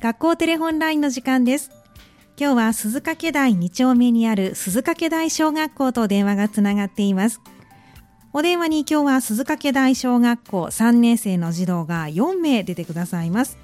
学校テレホンラインの時間です。今日は鈴掛台2丁目にある鈴掛台小学校と電話がつながっています。お電話に今日は鈴掛台小学校3年生の児童が4名出てくださいます。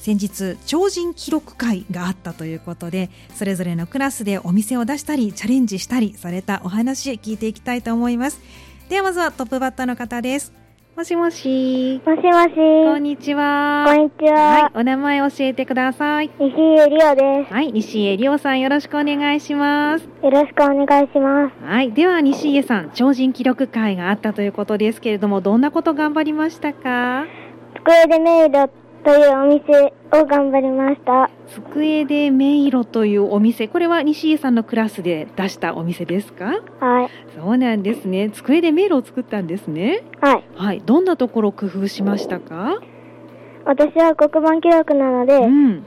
先日、超人記録会があったということで、それぞれのクラスでお店を出したり、チャレンジしたりされたお話聞いていきたいと思います。ではまずはトップバッターの方です。もしもし。もしもし。ここんににちは。ちはいは。、お名前教えてください。西江里央ではい、西江亮さんよろしくお願いします。す。よろしくお願いします。はい、では西江さん、超人記録会があったということですけれども、どんなこと頑張りましたか机でメイドというお店を頑張りました。机で迷路というお店、これは西江さんのクラスで出したお店ですかはい。そうなんですね。机で迷路を作ったんですね。はい。はい、どんなところを工夫しましたか私は黒板記録なので、うん、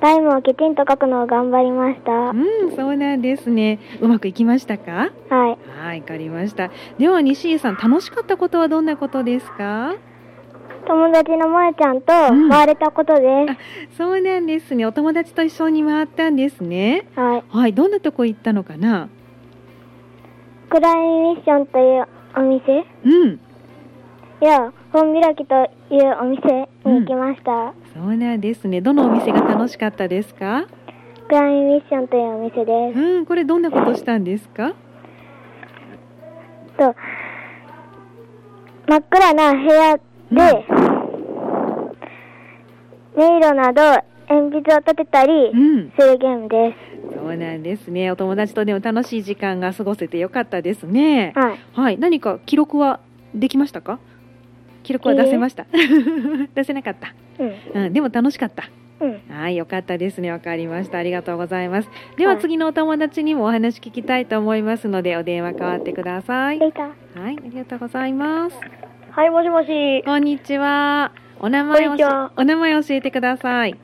タイムをきちんと書くのを頑張りました。はうん、そうなんですね。うまくいきましたかい。はい、わかりました。では西江さん、楽しかったことはどんなことですか友達の萌えちゃんとうん回れたことです。そうなんですね。お友達と一緒に回ったんですね。はい。はい、どんなとこ行ったのかな。クライミッションというお店うん、や、本開きというお店に行きました。そうなんですね。どのお店が楽しかったですか。クライミッションというお店です。うん、これどんなことしたんですか。と真っ暗な部屋で、迷路など鉛筆を立てたりうん、するゲームでそうなんですね。お友達とでも楽しい時間が過ごせてよかったですねす。。はい。はい、何か記録はできましたか。記録は出せました。 出せなかった。うん。うん、でも楽しかった。うん。はい、よかったですね。わかりました。ありがとうございます。では、はい次のお友達にもお話聞きたいと思いますので、お電話変わってください。はい、いた。ありがとうございます。はい、もしもし。こんにちは。お名前こんをにちはお名前教えてください。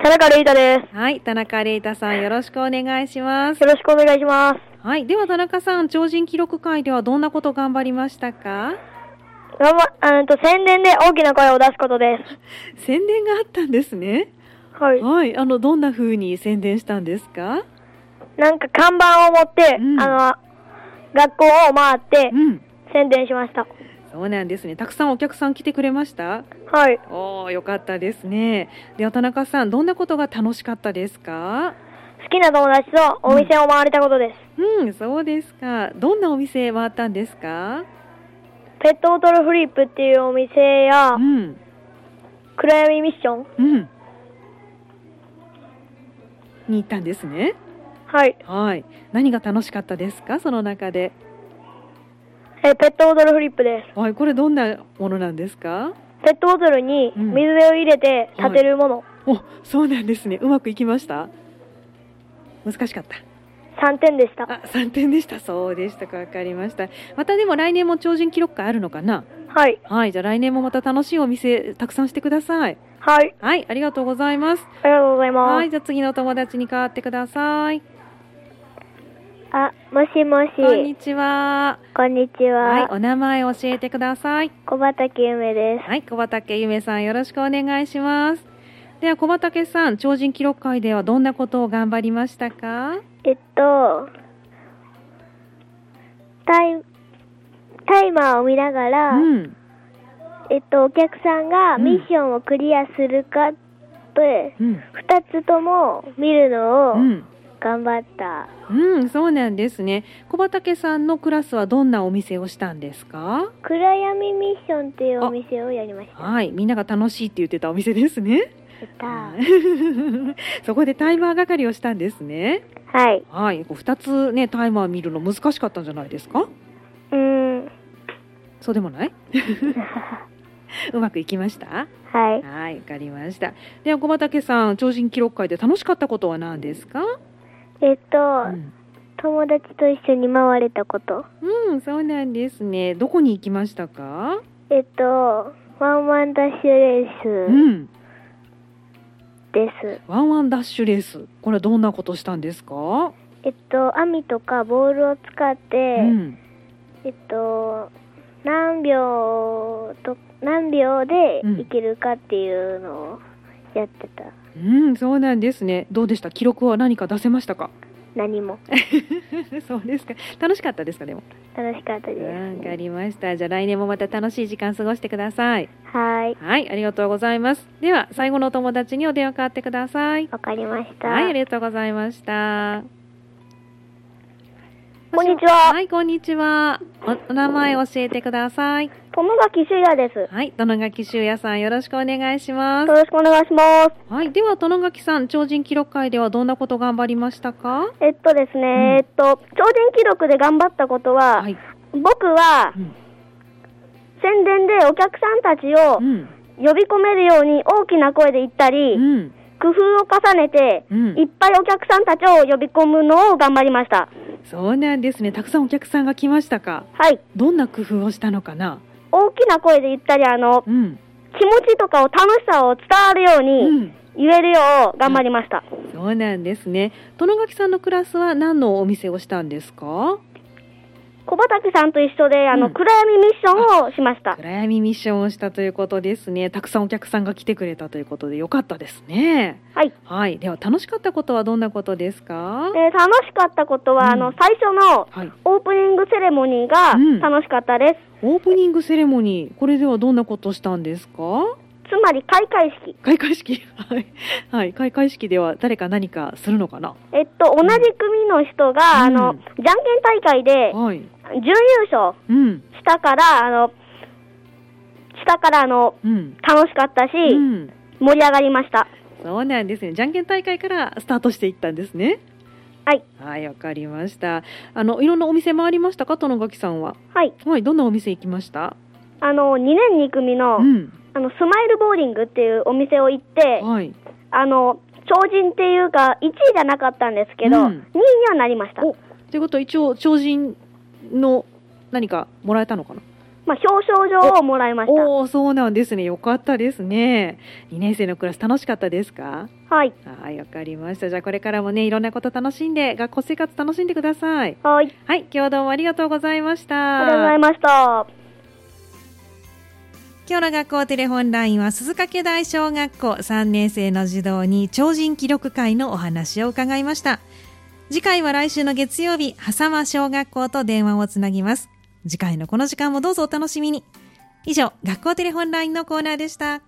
田中瑠いたではい、田中玲太さん、よろしくお願いします。ろしくお願いします。はい、では田中さん、超人記録会ではどんなこと頑張りましたか？頑張、うんと、宣伝で大きな声を出すことです。宣伝があったんですね。はい。はい、あのどんな風に宣伝したんですか？なんか看板を持って、うんあの、学校を回ってうん、宣伝しました。そうなんですね。たくさんお客さん来てくれました。はい。おお、よかったですね。では田中さん、どんなことが楽しかったですか？好きな友達とお店を回れたことです。うん、そうですか。どんなお店回ったんですか？ペットボトルフリップっていうお店やう、ん、暗闇ミッションうん。に行ったんですね。はい。はい。何が楽しかったですか？その中で。えーペットボトルフリップです。はい、これどんなものなんですか？ペットボトルにうん水を入れて立てるもの。お、そうなんですね。うまくいきました。難しかった。 3点でした。あ、3点でした。そうでしたか。わかりました。またでも来年も超人記録会あるのかな。はい。はい、じゃあ来年もまた楽しいお店たくさんしてください。はい。はい、ありがとうございます。ありがとうございまはい、す。じゃあ次のお友達に代わってください。あ、もしもし。こんにちは。こんにちはい、は。お名前教えてください。小畑ゆめではい、小畑ゆめさんよろしくお願いします。では小畑さん、超人記録会ではどんなことを頑張りましたか？す。えっと、タイ、タイマーを見ながら、うん、えっと、お客さんがうんミッションをクリアするかって、うん、 2つとも見るのをうん。頑張った。うん、そうなんですね。小畑さんのクラスはどんなお店をしたんですか？暗闇ミッションっていうお店をやりました。はい、みんなが楽しいって言ってたお店ですね。やったー そこでタイマー係をしたんですね。はい。はい、こう二つねタイマー見るの難しかったんじゃないですか？うーん。そうでもない？うまくいきました。はい。はい、わかりました。では小畑さん、超人記録会で楽しかったことは何ですか？えっと、うん、友達と一緒に回れたこと。うんそうなんですね。どこに行きましたか？えっと、ワンワンダッシュレうースん、です。ワンワンダッシュレース。これはどんなことしたんですか？えっと、網とかボールを使って、うん、えっと、何秒と、何秒でうんいけるかっていうのをやってた。うん、そうなんですね。どうでした記録は何か出せましたか 何もそうですか。楽しかったですか、でも。楽しかったです、わかりました。じゃあ来年もまた楽しい時間過ごしてください。はいはい、ありがとうございます。では、最後のお友達にお電話かわってください。わかりました、はい、ありがとうございました。こんにちははい、こんにちは。おお名前教えてください。友垣修也ですよはい、殿垣修也さん、よろしくお願いします。ろしくお願いしますはい、では、殿垣さん、超人記録会ではどんなこと頑張りましたかえっとですね、んえっと超人記録で頑張ったことは、はい。僕はうん宣伝でお客さんたちをうん。呼び込めるように大きな声で言ったり、うん。工夫を重ねて、うんいっぱいお客さんたちを呼び込むのを頑張りました。そうなんですね。たくさんお客さんが来ましたか。はい。どんな工夫をしたのかな大きな声で言ったり、あの、うん。気持ちとかを楽しさを伝わるよううにん。言えるよう頑張りました。そうなんですね。殿垣さんのクラスは何のお店をしたんですか小畑さんと一緒で、あの、うん暗闇ミッションをしました。暗闇ミッションをしたということですね。たくさんお客さんが来てくれたということでよかったですね。はい。はい。では楽しかったことはどんなことですかで、楽しかったことうんは、あの、最初のはい。オープニングセレモニーがうん楽しかったです。オープニングセレモニー、これではどんなことをしたんですかつまり開会式。開会式はい。はい。開会式では誰か何かするのかなえっと、同じ組の人が、あの、うんじゃんけん大会ではい。準優勝うん。したから、あの、したから、あの、うん。楽しかったし、うん。盛り上がりました。そうなんですね。じゃんけん大会からスタートしていったんですね。はい。はい、わかりました。あの、いろんなお店回りましたか、殿垣さんは。はい。はい、どんなお店行きました。あの、2年2組の、うん。あの、スマイルボーリングっていうお店を行って、はい。あの、超人っていうか、1位じゃなかったんですけど、うん2位にはなりました。おということは、一応超人の何かもらえたのかな。まあ、表彰状をもらいましおお、そうなんですね。よかったですね。2年生のクラス楽しかったですか。た。はい。はい、わかりました。じゃあ、これからもね、いろんなこと楽しんで、学校生活楽しんでください。はい。はい、今日はどうもありがとうございました。ありがとうございました。今日の学校テレホンラインは鈴掛大小学校3年生の児童に超人記録会のお話を伺いました。次回は来週の月曜日、狭間小学校と電話をつなぎます。次回のこの時間もどうぞお楽しみに。以上、学校テレホンラインのコーナーでした。